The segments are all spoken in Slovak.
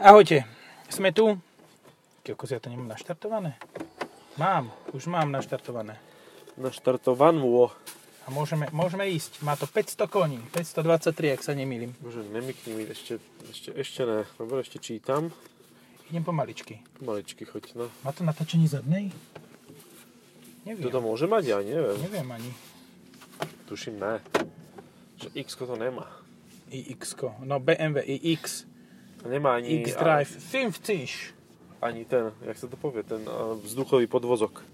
Ahojte, sme tu. Kokos, ja to nemám naštartované? Mám, už mám naštartované. Naštartovanú. A môžeme, môžeme ísť. Má to 500 koní, 523, ak sa nemýlim. Bože, nemykni mi, ešte, ešte, ešte ne. Dobre, ešte čítam. Idem pomaličky. Pomaličky choď, no. Má to natačenie zadnej? Neviem, Kto to môže mať? Ja neviem. neviem ani. Tuším, ne. Že x to nemá. ix -ko. no BMW iX, A Nemá ani, X-Drive, 50. ani ten, jak sa to povie, ten a, vzduchový podvozok.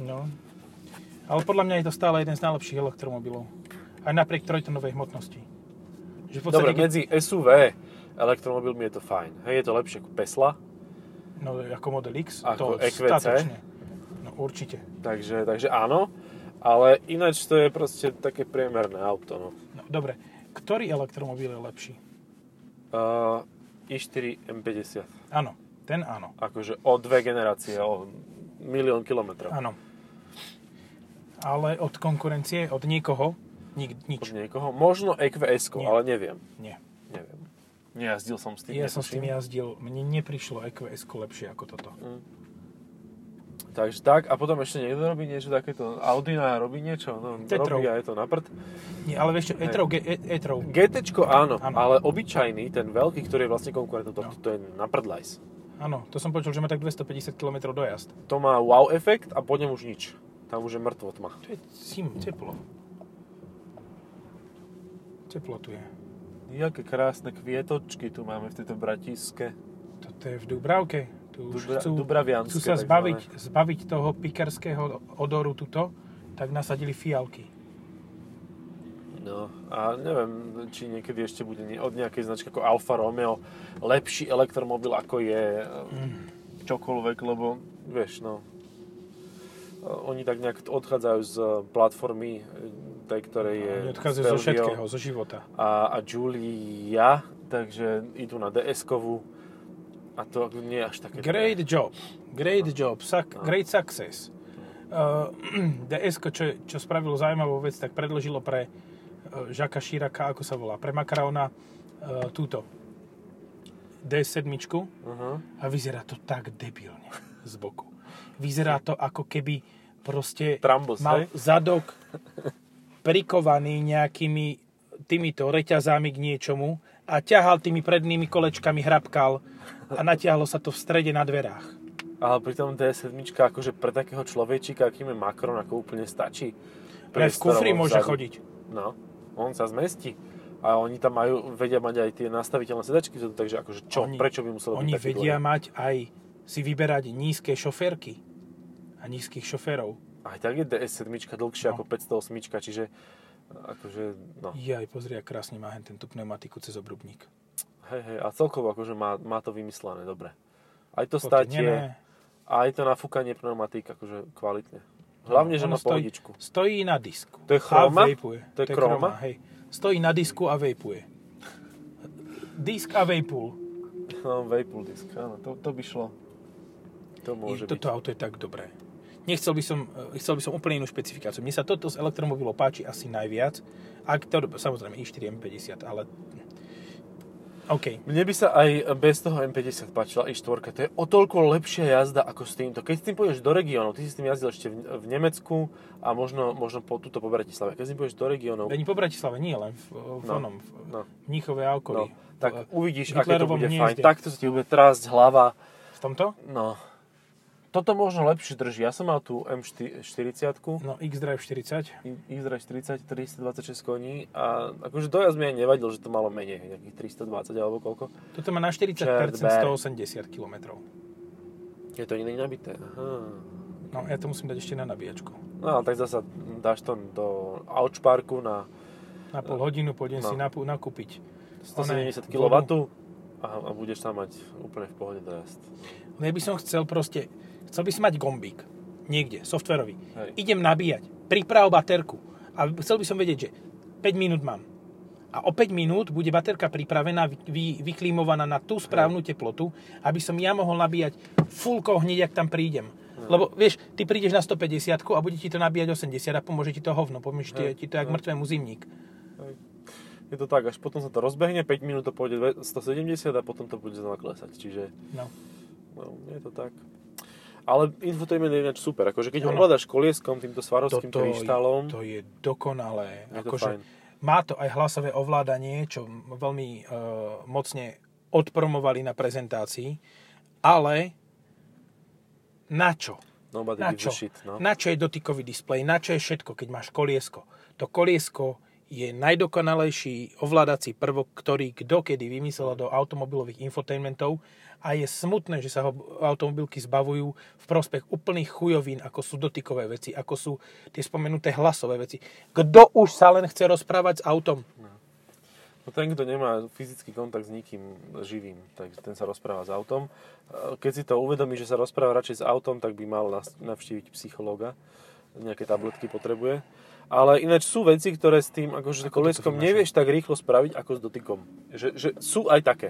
No. Ale podľa mňa je to stále jeden z najlepších elektromobilov. Aj napriek trojtonovej hmotnosti. Že v podstate, Dobre, medzi SUV elektromobilmi je to fajn. Hej, je to lepšie ako Tesla, no, ako Model X, Ako to E EQC? statočne. No určite. takže, takže áno. Ale ináč to je proste také priemerné auto, no. No, dobre, ktorý elektromobil je lepší? Uh, i4 M50. Áno, ten áno. Akože o dve generácie, o milión kilometrov. Áno. Ale od konkurencie, od niekoho, nik, od nič. niekoho. Možno E EQS, Nie. ale neviem. Nie. Neviem. Nejazdil som s tým. Ja som s tým netuším. jazdil, mne neprišlo EQS lepšie ako toto. Takže tak, a potom ešte niekto robí niečo takéto. Audina robí niečo, no Tetrov. robí a je to na prd. Nie, ale vieš čo, Hej. e-trov, ge- e- e-trov, GTčko áno, Áno. ale obyčajný, ten veľký, ktorý je vlastne konkurentom tohto, No. to je na prdlajs. áno, to som počul, že má tak 250 km dojazd. To má wow efekt a po ňom už nič. Tam už je mŕtvo tma. To je sim, teplo. Teplo tu je. Jaké krásne kvietočky tu máme v tejto bratiske. Toto je v Dubravke. Tu už Dubra- chcú, Dubravianske chcú sa takzvané. zbaviť, zbaviť toho pikerského odoru tuto, tak nasadili fialky. No a neviem, či niekedy ešte bude nie- od nejakej značky ako Alfa Romeo lepší elektromobil ako je mm. čokoľvek, lebo vieš, no e, oni tak nejak odchádzajú z e, platformy e, tej, ktorej je No, Oni odchádzajú zo Stelvio všetkého, zo života. a, a Giulia, takže idú na DS-kovú a to nie je až také... Great job. Great No. job. Suck, great success. Uh, ds čo, čo spravilo zaujímavú vec, tak predložilo pre uh, Žaka Širaka, ako sa volá, pre Makarona uh, túto DS7 Uh-huh. a vyzerá to tak debilne z boku. Vyzerá to ako keby proste Trambos, mal hej? zadok prikovaný nejakými týmito reťazami k niečomu a ťahal tými prednými kolečkami, hrabkal a natiahlo sa to v strede na dverách. Ale pritom DS7 akože pre takého človečika, akým je Macron, ako úplne stačí. Pre v kufri Priestorovo môže vzadu. chodiť. No, on sa zmestí. A oni tam majú, vedia mať aj tie nastaviteľné sedačky vzadu, takže akože čo, Oni- prečo by muselo Oni byť taký vedia dlhý? mať aj si vyberať nízke šoférky a nízkych šoférov. Aj tak je DS7 dlhšia No. ako 508, čiže akože, no, Jaj, pozri, ak krásne má hen tento pneumatiku cez obrubník. hej, hej, a celkovo akože má, má to vymyslené, dobre. Aj to Toto statie, nie, aj to nafúkanie pneumatík, akože kvalitne. Hlavne, že Ono má pohodičku. Stojí na disku. To je A chroma? vejpuje. To je chroma? hej. Stojí na disku a vejpuje. Disk a vejpul. No, Vapul disk, áno, to, to by šlo. To môže Toto byť. auto je tak dobré. Nechcel by som, eh, chcel by som úplne inú špecifikáciu. Mne sa toto z elektromobilov páči asi najviac. A to, samozrejme i4 M50, ale... OK. Mne by sa aj bez toho M50 páčila i štvorka. To je o toľko lepšia jazda ako s týmto. Keď s tým pôjdeš do regiónov, ty si s tým jazdil ešte v, v Nemecku a možno, možno po, tuto po Bratislave. Keď s tým pôjdeš do regiónov, Ani po Bratislave, nie len v, eh, v No, onom, v, no. v Mníchove a no, okolí. Eh, tak v, uvidíš, aké to Hitlerovom bude hniezde. fajn. Takto sa ti bude trásť hlava. v tomto? No, toto možno lepšie drží. Ja som mal tú M40, No, X-Drive 40. Izraž 30, 326 koní a akože dojazd mi aj nevadil, že to malo menej, nejakých 320 alebo koľko. Toto má na 40% Čerber. 180 km. Je to iné nabité. Aha. No, ja to musím dať ešte na nabíjačku. No, tak zasa dáš to do Ouchparku na Na pol hodinu pôjdem No. si napu- nakúpiť. oné 170 kW vodu. a, a budeš tam mať úplne v pohode dojazd. No Ja by som chcel proste, chcel by som mať gombík. Niekde, softverový. Hej. Idem nabíjať, priprav baterku. A chcel by som vedieť, že 5 minút mám. A o 5 minút bude baterka pripravená, vy, vy, vyklímovaná na tú správnu teplotu, aby som ja mohol nabíjať fullko hneď, ak tam prídem. Lebo vieš, ty prídeš na 150 a bude ti to nabíjať 80 a pomôže ti to hovno, pomôže ti, ti Hej, to jak mŕtvemu zimník. Je to tak, až potom sa to rozbehne, 5 minút to pôjde 170 a potom to bude znova klesať. Čiže No. no, je to tak. Ale infotainment je ináč super. Akože keď ho Áno. hľadáš kolieskom, týmto svarovským Toto je- kryštálom, To je dokonalé. je to Akože fajn. má to aj hlasové ovládanie, čo m- veľmi e, mocne odpromovali na prezentácii, ale na čo? Nobody Na gives čo? a shit. No. na čo je dotykový displej? Na čo je všetko, keď máš koliesko? To koliesko je najdokonalejší ovládací prvok, ktorý kto kedy vymyslel do automobilových infotainmentov a je smutné, že sa ho automobilky zbavujú v prospech úplných chujovín, ako sú dotykové veci, ako sú tie spomenuté hlasové veci. Kto už sa len chce rozprávať s autom? No ten, kto nemá fyzický kontakt s nikým živým, tak ten sa rozpráva s autom. E, Keď si to uvedomí, že sa rozpráva radšej s autom, tak by mal nas- navštíviť psychológa. Nejaké tabletky potrebuje. Ale ináč sú veci, ktoré s tým akože kolieskom vnímaš? nevieš tak rýchlo spraviť ako s dotykom. Že, že sú aj také.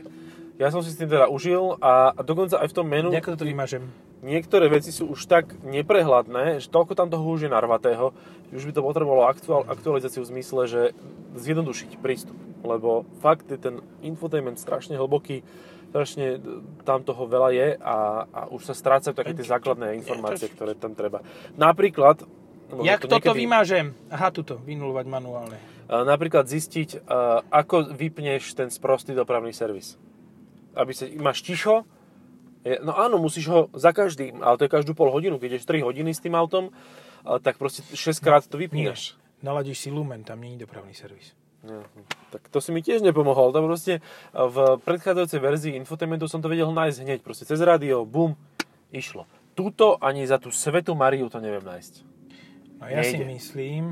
Ja som si s tým teda užil a, a dokonca aj v tom menu Nejako to vymažem. niektoré veci sú už tak neprehľadné, že toľko tam toho už je narvatého, že už by to potrebovalo aktuál, aktualizáciu v zmysle, že zjednodušiť prístup. Lebo fakt je ten infotainment strašne hlboký, strašne e, tam toho veľa je a, a už sa strácajú také tie základné informácie, ktoré tam treba. Napríklad... možno Jak toto niekedy- vymažem? Aha, tuto, vynulovať manuálne. Uh, Napríklad zistiť, uh, ako vypneš ten sprostý dopravný servis. Aby sa, máš ticho, je, no áno, musíš ho za každým, ale to je každú pol hodinu, keď ideš 3 hodiny s tým autom, uh, tak proste 6 krát to vypínaš. Naladíš si lumen, tam není dopravný servis. Ja, tak to si mi tiež nepomohol. Tam proste uh, v predchádzajúcej verzii infotainmentu som to vedel nájsť hneď. Proste cez rádio, bum, išlo. Tuto ani za tú svetu Mariu to neviem nájsť. No ja si Nejde. myslím,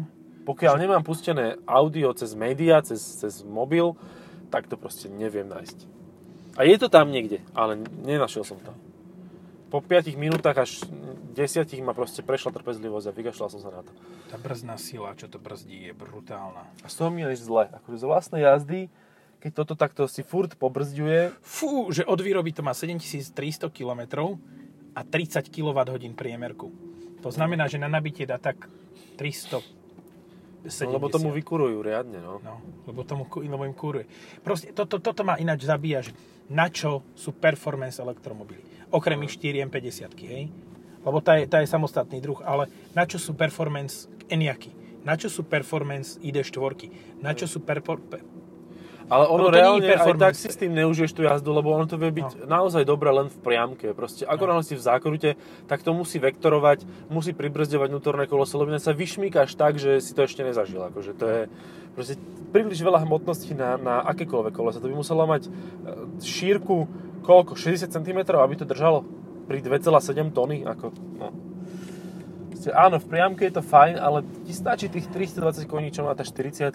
Pokiaľ nemám pustené audio cez média, cez, cez mobil, tak to proste neviem nájsť. A je to tam niekde, ale nenašiel som to. Po 5 minútach až 10 ma proste prešla trpezlivosť a vygašľal som sa na to. Tá brzdná sila, čo to brzdí, je brutálna. A z toho mi je zle. Akože z vlastnej jazdy, keď toto takto si furt pobrzďuje, Fú, že od výroby to má 7300 km a 30 kWh priemerku. To znamená, že na nabitie dá tak 370. no, lebo tomu vykurujú riadne. No. No, lebo, tomu, ku- lebo im kúruje. Proste toto, toto ma ináč zabíja, že na čo sú performance elektromobily. Okrem ich 4 M50, hej? Lebo tá je, tá je samostatný druh, ale na čo sú performance Eniaky? Na čo sú performance ID4? Na čo sú perfor- pe- Ale ono Lebo to nie je reálne aj performance. No. tak si s tým neužiješ tú jazdu, lebo ono to vie byť naozaj dobré len v priamke. Proste ako no. si v zákrute, tak to musí vektorovať, musí pribrzdevať vnútorné koloso, lebo ináč sa vyšmíkaš tak, že si to ešte nezažil. Akože to je proste príliš veľa hmotností na, na akékoľvek kolesa. To by muselo mať e, šírku koľko? 60 cm, aby to držalo pri 2,7 tony. Ako, no. Proste, áno, v priamke je to fajn, ale ti stačí tých 320 koní, čo má tá 40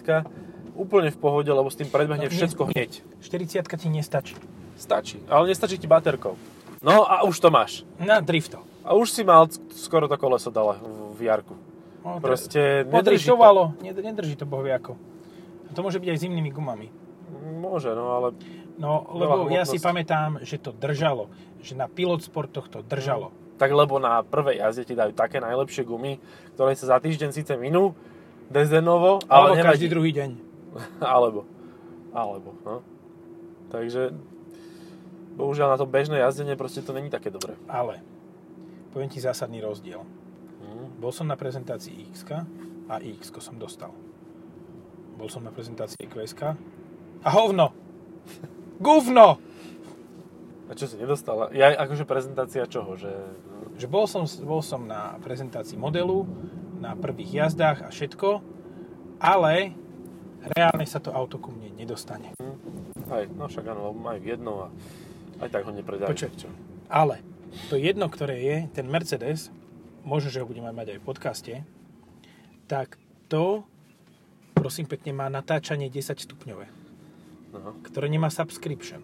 úplne v pohode, lebo s tým predbehne No, nie. všetko hneď. 40 ti nestačí. Stačí, ale nestačí ti baterkou. No a už to máš. Na drifto. A už si mal sk- skoro to koleso dole v- v jarku. No, to- Proste nedrží to. Podriftovalo, Ned- nedrží to bohviako. A to môže byť aj s zimnými gumami. Môže, no ale No, lebo Veľa ja si hmotnosti. pamätám, že to držalo. Že na pilot sportoch to držalo. tak lebo na prvej jazde ti dajú také najlepšie gumy, ktoré sa za týždeň síce minú, dezenovo, Alebo ale každý nevadí. druhý deň. Alebo. Alebo, no. Takže, bohužiaľ na to bežné jazdenie proste to není také dobré. Ale poviem ti zásadný rozdiel. Hm? Bol som na prezentácii x a x som dostal. Bol som na prezentácii qs a hovno! Guvno! A čo si nedostala? Ja akože prezentácia čoho, že... Že bol som, bol som na prezentácii modelu, na prvých jazdách a všetko, ale reálne sa to auto ku mne nedostane. Aj, no však áno, lebo majú jedno a aj tak ho nepredajú. Počkaj, Ale to jedno, ktoré je, ten Mercedes, možno, že ho budeme mať aj v podcaste, tak to, prosím pekne, má natáčanie 10 stupňové, No, ktoré nemá subscription.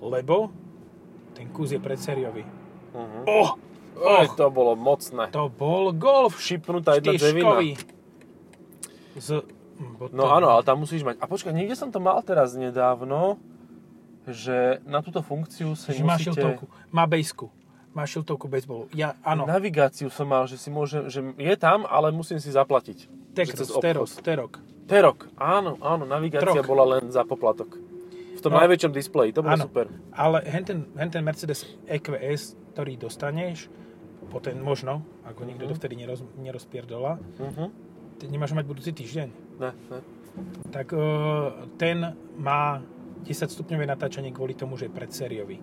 Lebo ten kus je predsériový. uh-huh. Oh, Oj, to bolo mocné. to bol golf Šipnutá jedna dřevina. štyškový. Z... bo No to- áno, ale tam musíš mať... A počkaj, niekde som to mal teraz nedávno, že na túto funkciu si Že má musíte... šiltovku, má bejsku, Máš šiltovku baseballu. Ja, áno, Navigáciu som mal, že si môžem, že je tam, ale musím si zaplatiť. Že Tekros, cez obchod. Teros, Terok. Terok, áno, áno, navigácia Trok. bola len za poplatok. V tom No. najväčšom displeji, to bolo Áno. super. Ale henten, henten Mercedes EQS, ktorý dostaneš, po ten možno, ako nikto Mhm. dovtedy neroz, nerozpierdola, Uh-huh. ty nemáš mať budúci týždeň. Ne, ne. Tak e, ten má 10 stupňové natáčanie kvôli tomu, že je predsériový.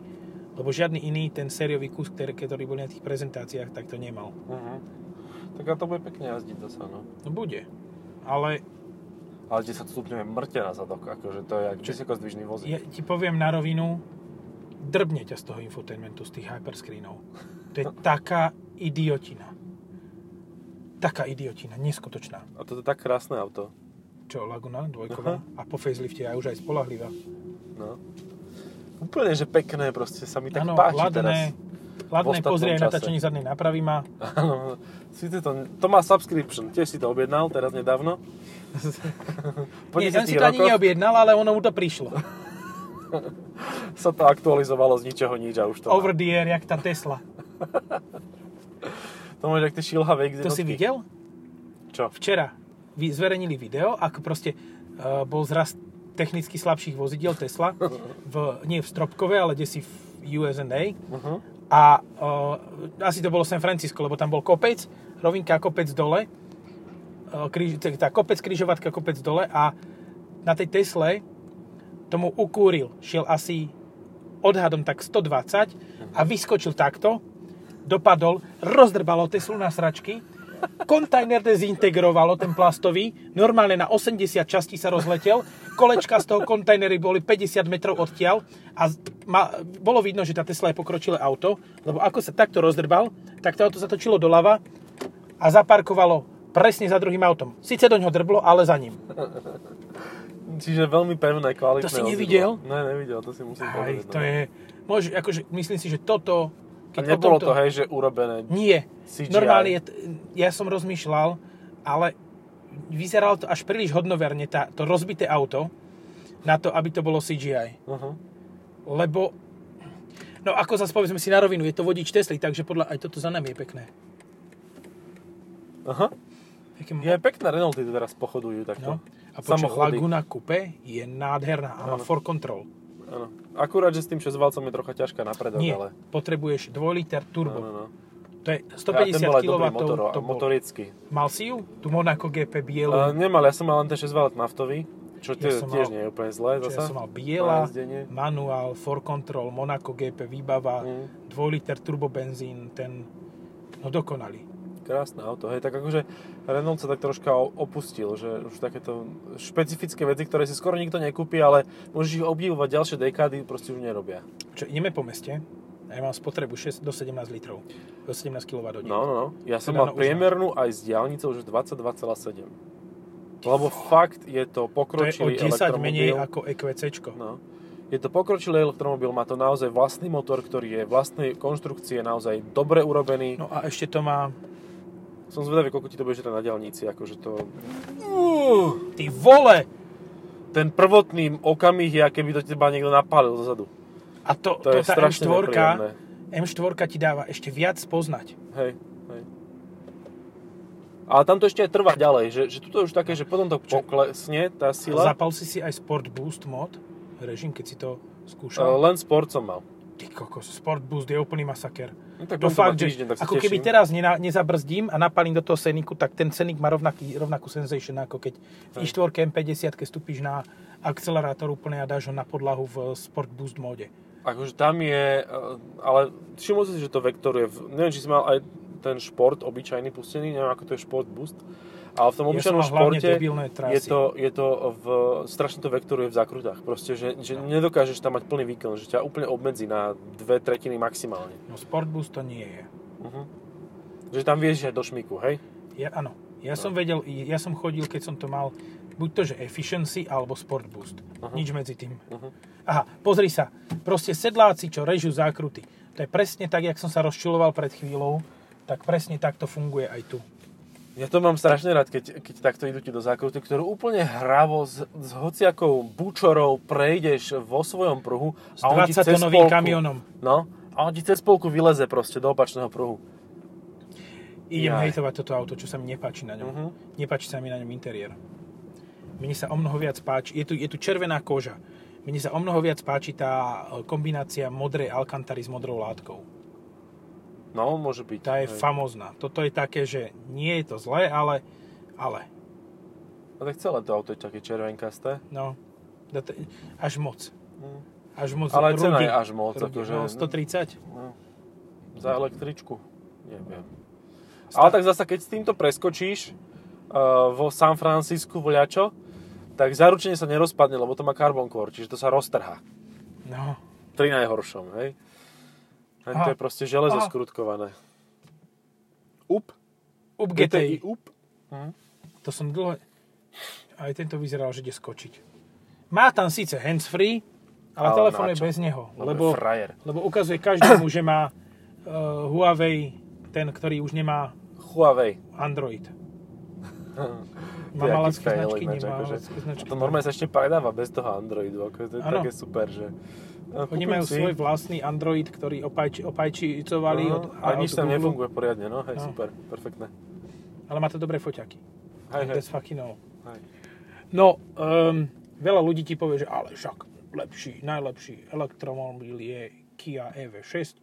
Lebo žiadny iný ten sériový kus, ktorý, ktorý bol na tých prezentáciách, tak to nemal. Uh-huh. Tak a to bude pekne jazdiť zase, no. No bude. Ale Ale 10 stupňov je mŕte na zadok, akože to je jak vysokozdvižný vozík. ja ti poviem na rovinu, drbne ťa z toho infotainmentu, z tých hyperscreenov. To je taká idiotina. Taká idiotina, neskutočná. A toto je tak krásne auto. Čo, Laguna, dvojková? A po facelifte je už aj spolahlivá. No. Úplne, že pekné proste, sa mi tak Áno, páči teraz. ladné, ladné ostatnom pozrie aj čase. natáčanie zadnej nápravy má. Áno, síce to, to má subscription, tiež si to objednal teraz nedávno. po Nie, ten 10 si to ani rokoch neobjednal, ale ono mu to prišlo. sa to aktualizovalo z ničoho nič a už to Over the air, jak tá Tesla. má. To máš jak tie šilhavé To si Xenosky. videl? Čo? Včera vy- zverejnili video, ako proste uh, bol zrast technicky slabších vozidiel Tesla, v, nie v Stropkove, ale kde si v USA. Uh-huh. A uh, asi to bolo San Francisco, lebo tam bol kopec, rovinka, kopec dole, uh, kríž, t- tá kopec, križovatka, kopec dole a na tej Tesle tomu ukúril. Šiel asi odhadom tak 120 a vyskočil takto, dopadol, rozdrbalo Teslu na sračky, kontajner dezintegrovalo ten plastový, normálne na 80 častí sa rozletel, kolečka z toho kontajnery boli 50 metrov odtiaľ a z- ma, bolo vidno, že tá Tesla je pokročilé auto, lebo ako sa takto rozdrbal, tak to auto zatočilo doľava a zaparkovalo presne za druhým autom. Sice do ňoho drblo, ale za ním. Čiže veľmi pevné, kvalitné To si vozidlo. nevidel? Ne, nevidel, to si musím Aj, povedať. to no. je... Môže, akože, myslím si, že toto... A o nebolo tomto- to, hej, že urobené. Nie. CGI. Normálne, je t- ja som rozmýšľal, ale vyzeralo to až príliš hodnoverne, tá, to rozbité auto, na to, aby to bolo CGI. Uh-huh. Lebo, no ako zase povedzme si na rovinu, je to vodič Tesly, takže podľa aj toto za nami je pekné. Aha. Také Je pekné, Renaulty to teraz pochodujú no. takto. A počuť, Samochody. Laguna Coupe je nádherná a má Áno. for control. Áno. Akurát, že s tým 6 valcom je trocha ťažká na predok, Nie, ale... potrebuješ 2 liter No, no, turbo. no. To je A ten 150 bol aj kW. dobrý motor, to to bol. motorický. Mal si ju? Tu Monaco GP bielu. Uh, nemal, ja som mal len ten 6 valec naftový, čo Ja tie, som tiež mal- nie je úplne zlé Čiže zasa. ja som mal biela, na jazdenie. manuál, for control, Monaco GP výbava, Mm. 2 liter turbobenzín, ten, no dokonalý. Krásne auto, hej, tak akože Renault sa tak troška o- opustil, že už takéto špecifické veci, ktoré si skoro nikto nekúpi, ale môžeš ich obdivovať ďalšie dekády, proste už nerobia. Čo, ideme po meste, a ja mám spotrebu 6 do 17 litrov, do 17 kWh. No, no, no. Ja som Teda na mal priemernú aj z diálnice už 22,7. Lebo fakt je to je o to pokročilý 10 menej elektromobil. ako E EQC. No. Je to pokročilý elektromobil, má to naozaj vlastný motor, ktorý je vlastnej konštrukcie, naozaj dobre urobený. No a ešte to má, Som zvedavý, koľko ti to bude žrať na diaľnici, akože to... ty vole, Ten prvotný okamih je, aké by do teba niekto napálil zozadu. a to, to, To je tá strašne M4, nepríjemné. M4 ti dáva ešte viac poznať. Hej, hej. Ale tam to ešte aj trvá ďalej, že, že tuto je už také, že potom to poklesne, tá sila. Zapal si si aj Sport Boost mod, režim, keď si to skúšal. Ale Eh, Len sport som mal. Ty kokos, Sport Boost je úplný masaker. No, tak To budem to fakt, mať že týždeň, tak sa ako keby teším. teraz nena, nezabrzdím a napalím do toho Seniku, tak ten Senik má rovnaký, rovnakú sensation, ako keď v Hej. i4 M50 stúpiš na akcelerátor úplne a dáš ho na podlahu v Sport Boost móde. Akože tam je, e, ale všimol si, že to vektoruje. v- Neviem, či si mal aj ten šport obyčajný pustený, neviem, ako to je šport boost. Ale v tom Ja som obyčajnom mal hlavne športe debilné trasy. je to, je to v, strašne to vektoruje v zákrutách. Proste, že, že No. nedokážeš tam mať plný výkon, že ťa úplne obmedzí na dve tretiny maximálne. No Sport Boost to nie je. Mhm. Že tam vieš, že do šmiku, hej? Ja, áno, ja No. som vedel, ja som chodil, keď som to mal, buď to, že Efficiency alebo Sport Boost. Nič medzi tým. Aha, pozri sa, proste sedláci, čo režu zákruty. To je presne tak, jak som sa rozčuloval pred chvíľou, tak presne tak to funguje aj tu. Ja to mám strašne rád, keď, keď takto idú ti do zákruty, ktorú úplne hravo s, s hociakou bučorou prejdeš vo svojom pruhu S 20 tonovým kamionom. No, A on ti cez polku vyleze proste do opačného pruhu. Idem Jaj. hejtovať toto auto, čo sa mi nepáči na ňom. Mhm. Nepáči sa mi na ňom interiér. Mne sa o mnoho viac páči, je tu, je tu červená koža. Mne sa o mnoho viac páči tá e, kombinácia modrej Alcantary s modrou látkou. No, môže byť. Tá je hej. famózna. Toto je také, že nie je to zlé, ale... ale. A No, tak celé to auto je také červenkasté. No, da to- až moc. Mm. Až moc. Ale cena rudý- je až moc, rudý, akože- no, 130. Hm. No. Za električku. Neviem. Ale tak zasa, keď s týmto preskočíš uh, vo San Francisku voľačo, tak zaručene sa nerozpadne, lebo to má carbon core, čiže to sa roztrhá. No, Pri najhoršom, hej? Len to Aha. je proste železo Aha. skrutkované. UP. up GTI GTI. UP. To som dlho... Aj tento vyzeral, že ide skočiť. Má tam síce handsfree, ale, Ale telefón na je čo? bez neho. Lebo... Lebo, Frajer. lebo ukazuje každému, že má uh, Huawei, ten, ktorý už nemá Huawei. Android. To Má Hm. je aký malacké fail značky, ináč, nemá akože. malacké značky. A to normálne sa ešte predáva bez toho Androidu. Ako to je Áno. také super, že... A Oni kúpim majú si. svoj vlastný Android, ktorý opajči, opajčicovali No, od, a nič od tam Google, nefunguje poriadne, no, hej, No. super, perfektné. Ale má to dobré foťaky. Hej, hej, That's fucking all. hej. No, um, veľa ľudí ti povie, že ale však lepší, najlepší elektromobil je Kia EV6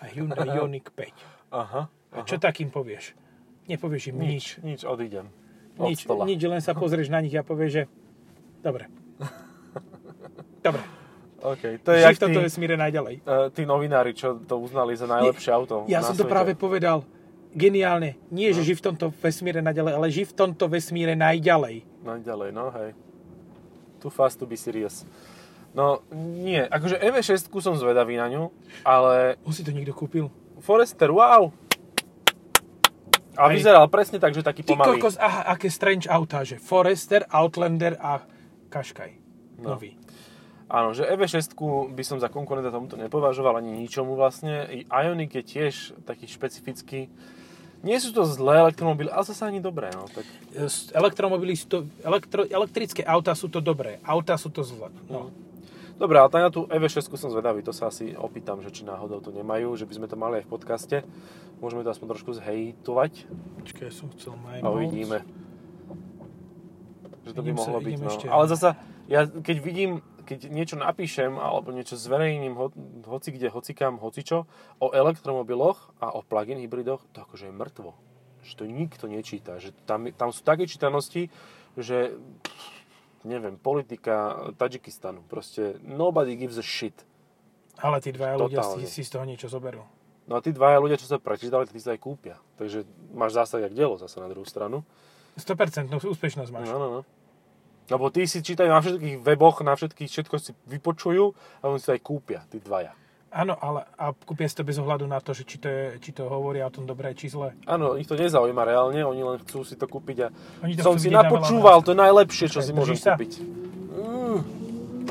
a Hyundai Ioniq 5. Aha, A čo takým povieš? Nepovieš im nič. nič, nič, odídem. Od Nič, stola. nič len sa pozrieš na nich a povieš, že dobre. Dobre, OK, to je živ jak toto tí, vesmíre najďalej. eh, tí novinári, čo to uznali za najlepšie auto Ja na som to svete. No. práve povedal. Geniálne. Nie, že živ v tomto vesmíre najďalej, ale živ v tomto vesmíre najďalej. Naďalej, no hej. Too fast to be serious. No, nie, akože EV6 som zvedavý na ňu, ale On si to niekto kúpil. Forester, wow! A Hej. vyzeral presne tak, že taký Ty pomalý. kokos, aha, aké strange autá, že Forester, Outlander a Kaškaj. No. Nový. Áno, že EV6 by som za konkurenta tomuto nepovažoval ani ničomu vlastne. I Ioniq je tiež taký špecifický. Nie sú to zlé elektromobily, ale zase ani dobré. No. Tak, E, s- Elektromobily, sú to, elektro, elektrické autá sú to dobré, autá sú to zlé. No. Dobre, ale tak na tú EV6 som zvedavý, to sa asi opýtam, že či náhodou to nemajú, že by sme to mali aj v podcaste. Môžeme to aspoň trošku zhejtovať Počkaj, som chcel a uvidíme. Že to by Idem sa- mohlo byť. idem No. ešte. Ale zasa, ja keď vidím, keď niečo napíšem alebo niečo zverejním, ho, hoci kde, hoci kam, hoci čo, o elektromobiloch a o plug-in hybridoch, to akože je mŕtvo. Že to nikto nečíta. Že tam, tam sú také čítanosti, že neviem, politika Tadžikistanu. Proste nobody gives a shit. Ale tí dvaja ľudia si, Totálne. si z toho niečo zoberú. No a tí dvaja ľudia, čo sa prečítali, tí sa aj kúpia. Takže máš zásah jak dielo zase na druhú stranu. 100% úspešnosť máš. No, no, no. Lebo tí si čítajú na všetkých weboch, na všetkých, všetko si vypočujú a oni si to aj kúpia, tí dvaja. Áno, ale a kúpia si to bez ohľadu na to, že či to, je, či to hovoria o tom dobré či zlé. Áno, ich to nezaujíma reálne, oni len chcú si to kúpiť a Oni to som chcú vidieť si na napočúval, veľa to je najlepšie, čo Počkaj, si môžem držíš sa? kúpiť. Mm.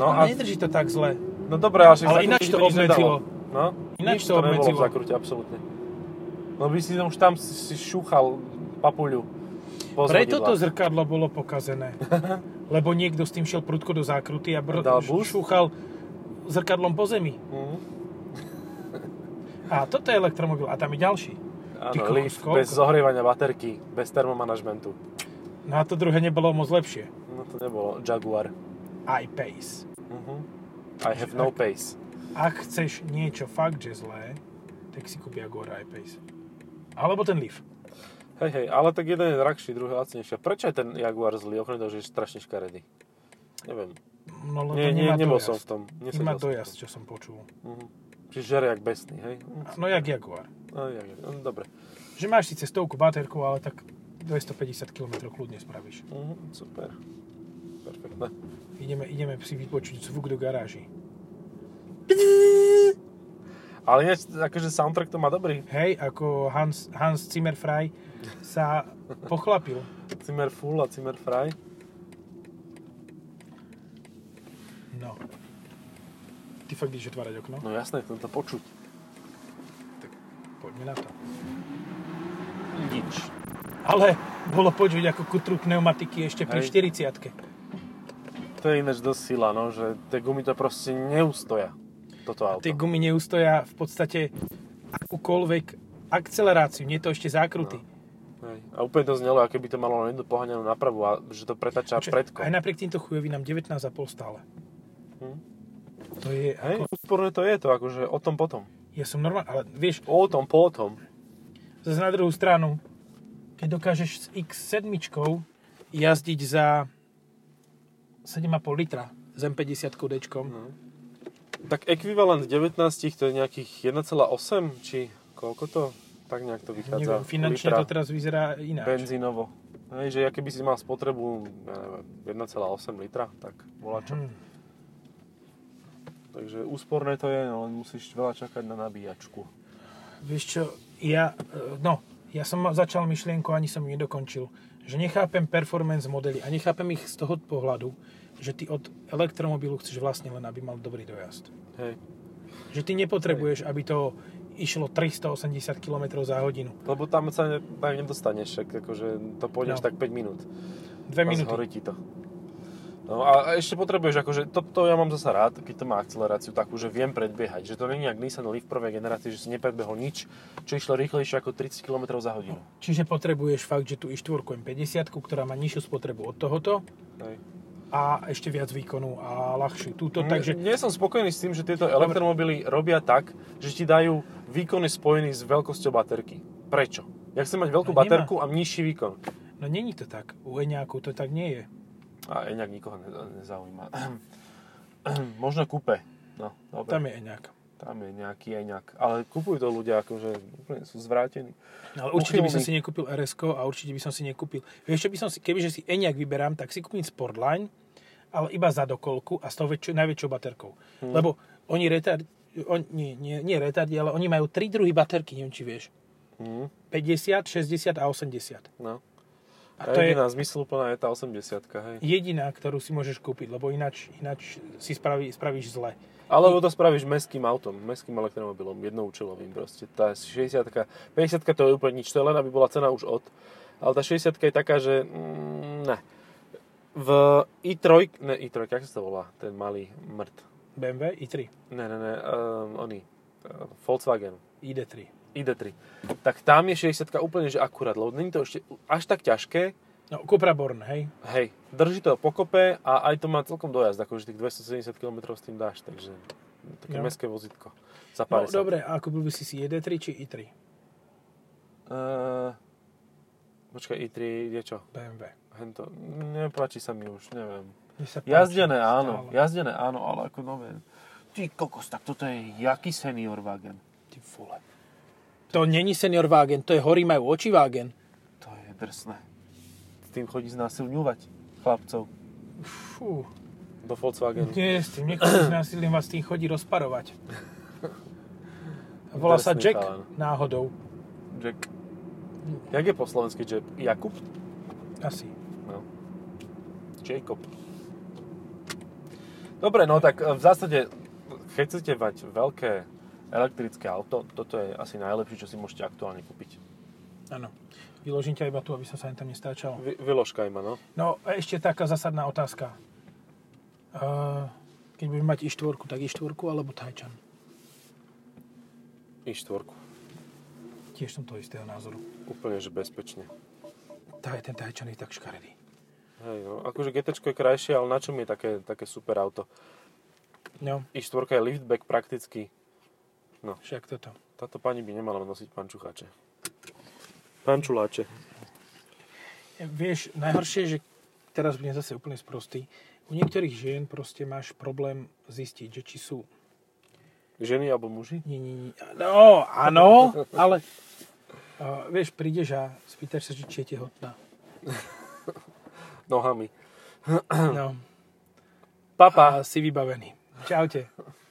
No, a, A nedrží to tak zle. no dobré, ale, však Ale zakrútiť ináč to nič nedalo. obmedzilo. No, Ináč nič to nebolo obmedzilo. v zakrute, absolútne. No by si tam už tam si, si šúchal papuľu. Preto to zrkadlo bolo pokazené. Lebo niekto s tým šiel prudko do zákruty a br- Dal š- bus? šúchal zrkadlom po zemi. Mm. A toto je elektromobil. A tam je ďalší. Ty Áno, kokos, Leaf, koľko? bez zohrievania baterky, bez termomanažmentu. No a to druhé nebolo moc lepšie. No to nebolo, Jaguar. iPace. Mhm. I have no pace. Ak chceš niečo fakt, že zlé, tak si kúpi Agora iPace. Alebo ten Leaf. Hej, hej, ale tak jeden je drahší, druhý lacnejší. Prečo je ten Jaguar zlý, okrem toho, že je strašne škaredý? Neviem. No lebo Nie, nie, nemá nebol dojazd. som v tom. Nesedel Nemá som v dojazd, čo som počul. tom. Mhm. Čiže žere jak besný, hej? Mhm. No jak Jaguar. No, jak, no, dobre. Že máš síce stovku baterku, ale tak 250 km kľudne spravíš. Mhm, super. Perfektné. Ideme, ideme si vypočuť zvuk do garáži. Ale ináč, akože soundtrack to má dobrý. Hej, ako Hans, Hans Zimmerfrei sa pochlapil. Zimmer Full a Zimmer Fry. No. Ty fakt ideš otvárať okno? No jasné, chcem to počuť. Poďme na to. Nič. Ale bolo počuť ako kutru pneumatiky ešte pri Hej. 40 To je ináč dosť sila, no, že tie gumy to proste neustoja. toto auto. Tie gumy neustoja v podstate akúkoľvek akceleráciu, nie je to ešte zákruty. No. Hej. A úplne to znelo, aké by to malo len jednu poháňanú napravu No, a že to pretačá Čo, predkom. Aj napriek týmto chujovinám 19,5 stále. Hm. To je Hej, ako... úsporné to je to, akože o tom potom. Ja som normálne, ale vieš, O tom potom. Zase na druhú stranu, keď dokážeš s X7 jazdiť za 7,5 litra s M50 d No. Tak ekvivalent 19 to je nejakých 1,8 či koľko to? Tak nejak to Neviem, vychádza. finančne litra to teraz vyzerá ináč. Benzínovo. Hej, že ja keby si mal spotrebu, ja neviem, 1,8 litra, tak bola čo. Hm. Takže úsporné to je, no len musíš veľa čakať na nabíjačku. Vieš čo, ja, e, no, ja som ma- začal myšlienku, ani som ju nedokončil, že nechápem performance modely a nechápem ich z toho pohľadu, že ty od elektromobilu chceš vlastne len, aby mal dobrý dojazd. Hej. Že ty nepotrebuješ, aby to išlo 380 km za hodinu. Lebo tam sa ne, tak nedostaneš, však akože to pôjdeš No. tak 5 minút. 2 a minúty. Zhorí ti to. No a a ešte potrebuješ, akože to, to ja mám zasa rád, keď to má akceleráciu takú, že viem predbiehať. Že to není jak Nissan Leaf prvej generácie, že si nepredbehol nič, čo išlo rýchlejšie ako 30 km za hodinu. Čiže potrebuješ fakt, že tú i4 M50, ktorá má nižšiu spotrebu od tohoto Hej. a ešte viac výkonu a ľahšiu túto, No, takže Nie som spokojný s tým, že tieto elektromobily robia tak, že ti dajú výkony spojený s veľkosťou baterky. Prečo? Ja chcem mať veľkú No, nemá. baterku a nižší výkon. no není to tak. U Eňákov to tak nie je. A nejak nikoho ne- nezaujíma. Možno kúpe. No, dobre. Tam je Eňák. Tam je nejaký aj nejak. Ale kupujú to ľudia, akože úplne sú zvrátení. Ale určite by som si Uchylný. nekúpil rs a určite by som si nekúpil... Vieš, čo by som si, kebyže si Eňák vyberám, tak si kúpim Sportline, ale iba za dokolku a s tou väčšou, najväčšou baterkou. Mhm. Lebo oni retard... On, nie, nie, nie retardi, ale oni majú tri druhy baterky, neviem, či vieš. Mm, 50, 60 a 80. no. A A to je jediná zmysluplná je tá 80 hej. jediná, ktorú si môžeš kúpiť, lebo ináč, ináč si spraví, spravíš zle. Alebo to spravíš mestským autom, mestským elektromobilom, jednoučelovým proste. Tá 60 50 to je úplne nič, to je len, aby bola cena už od. Ale tá 60 je taká, že... Mm, ne. V i3, ne i3, jak sa to volá, ten malý mrt. BMW i3, Ne, ne, ne, um, oný, uh, Volkswagen. ID3. ID3. Tak tam je 60 úplne, že akurát, lebo není to ešte až tak ťažké. No, Cupra Born, hej. Hej, drží to pokope a aj to má celkom dojazd, akože tých 270 km s tým dáš, takže také No. mestské vozítko. Za No, 50. dobre, a kúpil by si si ID3 či i3 Uh, počkaj, i3 je čo? BMW? Hento, nepáči sa mi už, neviem. Mne sa páči Jazdené áno, stále. jazdené áno, ale ako nové. Ty kokos, tak toto je jaký senior wagen? Ty vole, To není senior vágen, to je horí majú oči vágen. to je drsné. S tým chodí znásilňovať chlapcov. Fú, Do Volkswagenu. nie s tým, niekto s násilím vás tým chodí rozparovať. Volá sa Drsný Jack chalan. náhodou, Jack. No. Jak je po slovensky Jack? Jakub? asi. No. Jacob. Dobre, no tak e, v zásade, keď chcete mať veľké elektrické auto, toto je asi najlepšie, čo si môžete aktuálne kúpiť. Áno. Vyložím ťa iba tu, aby som sa ani tam nestáčal. Vy, vyložkaj ma, no. No a ešte taká zásadná otázka. Uh, keď budem mať i4, tak i4 alebo Tajčan? I štvorku. Tiež som toho istého názoru. Úplne, že bezpečne. Taj, ten Tajčan je tak škaredý. Hej, no, akože GT je krajšie, ale na čom je také, také super auto? No, I štvorka je liftback prakticky. však toto. Táto pani by nemala nosiť pančucháče. Pančuláče. Vieš, najhoršie, že teraz budem zase úplne sprostý. U niektorých žien proste máš problém zistiť, že či sú... Ženy alebo muži? Nie, nie, nie. No, áno, ale... Uh, vieš, prídeš a spýtaš sa, že či je tehotná. Nohami. No, a Papa. si vybavený. Čaute.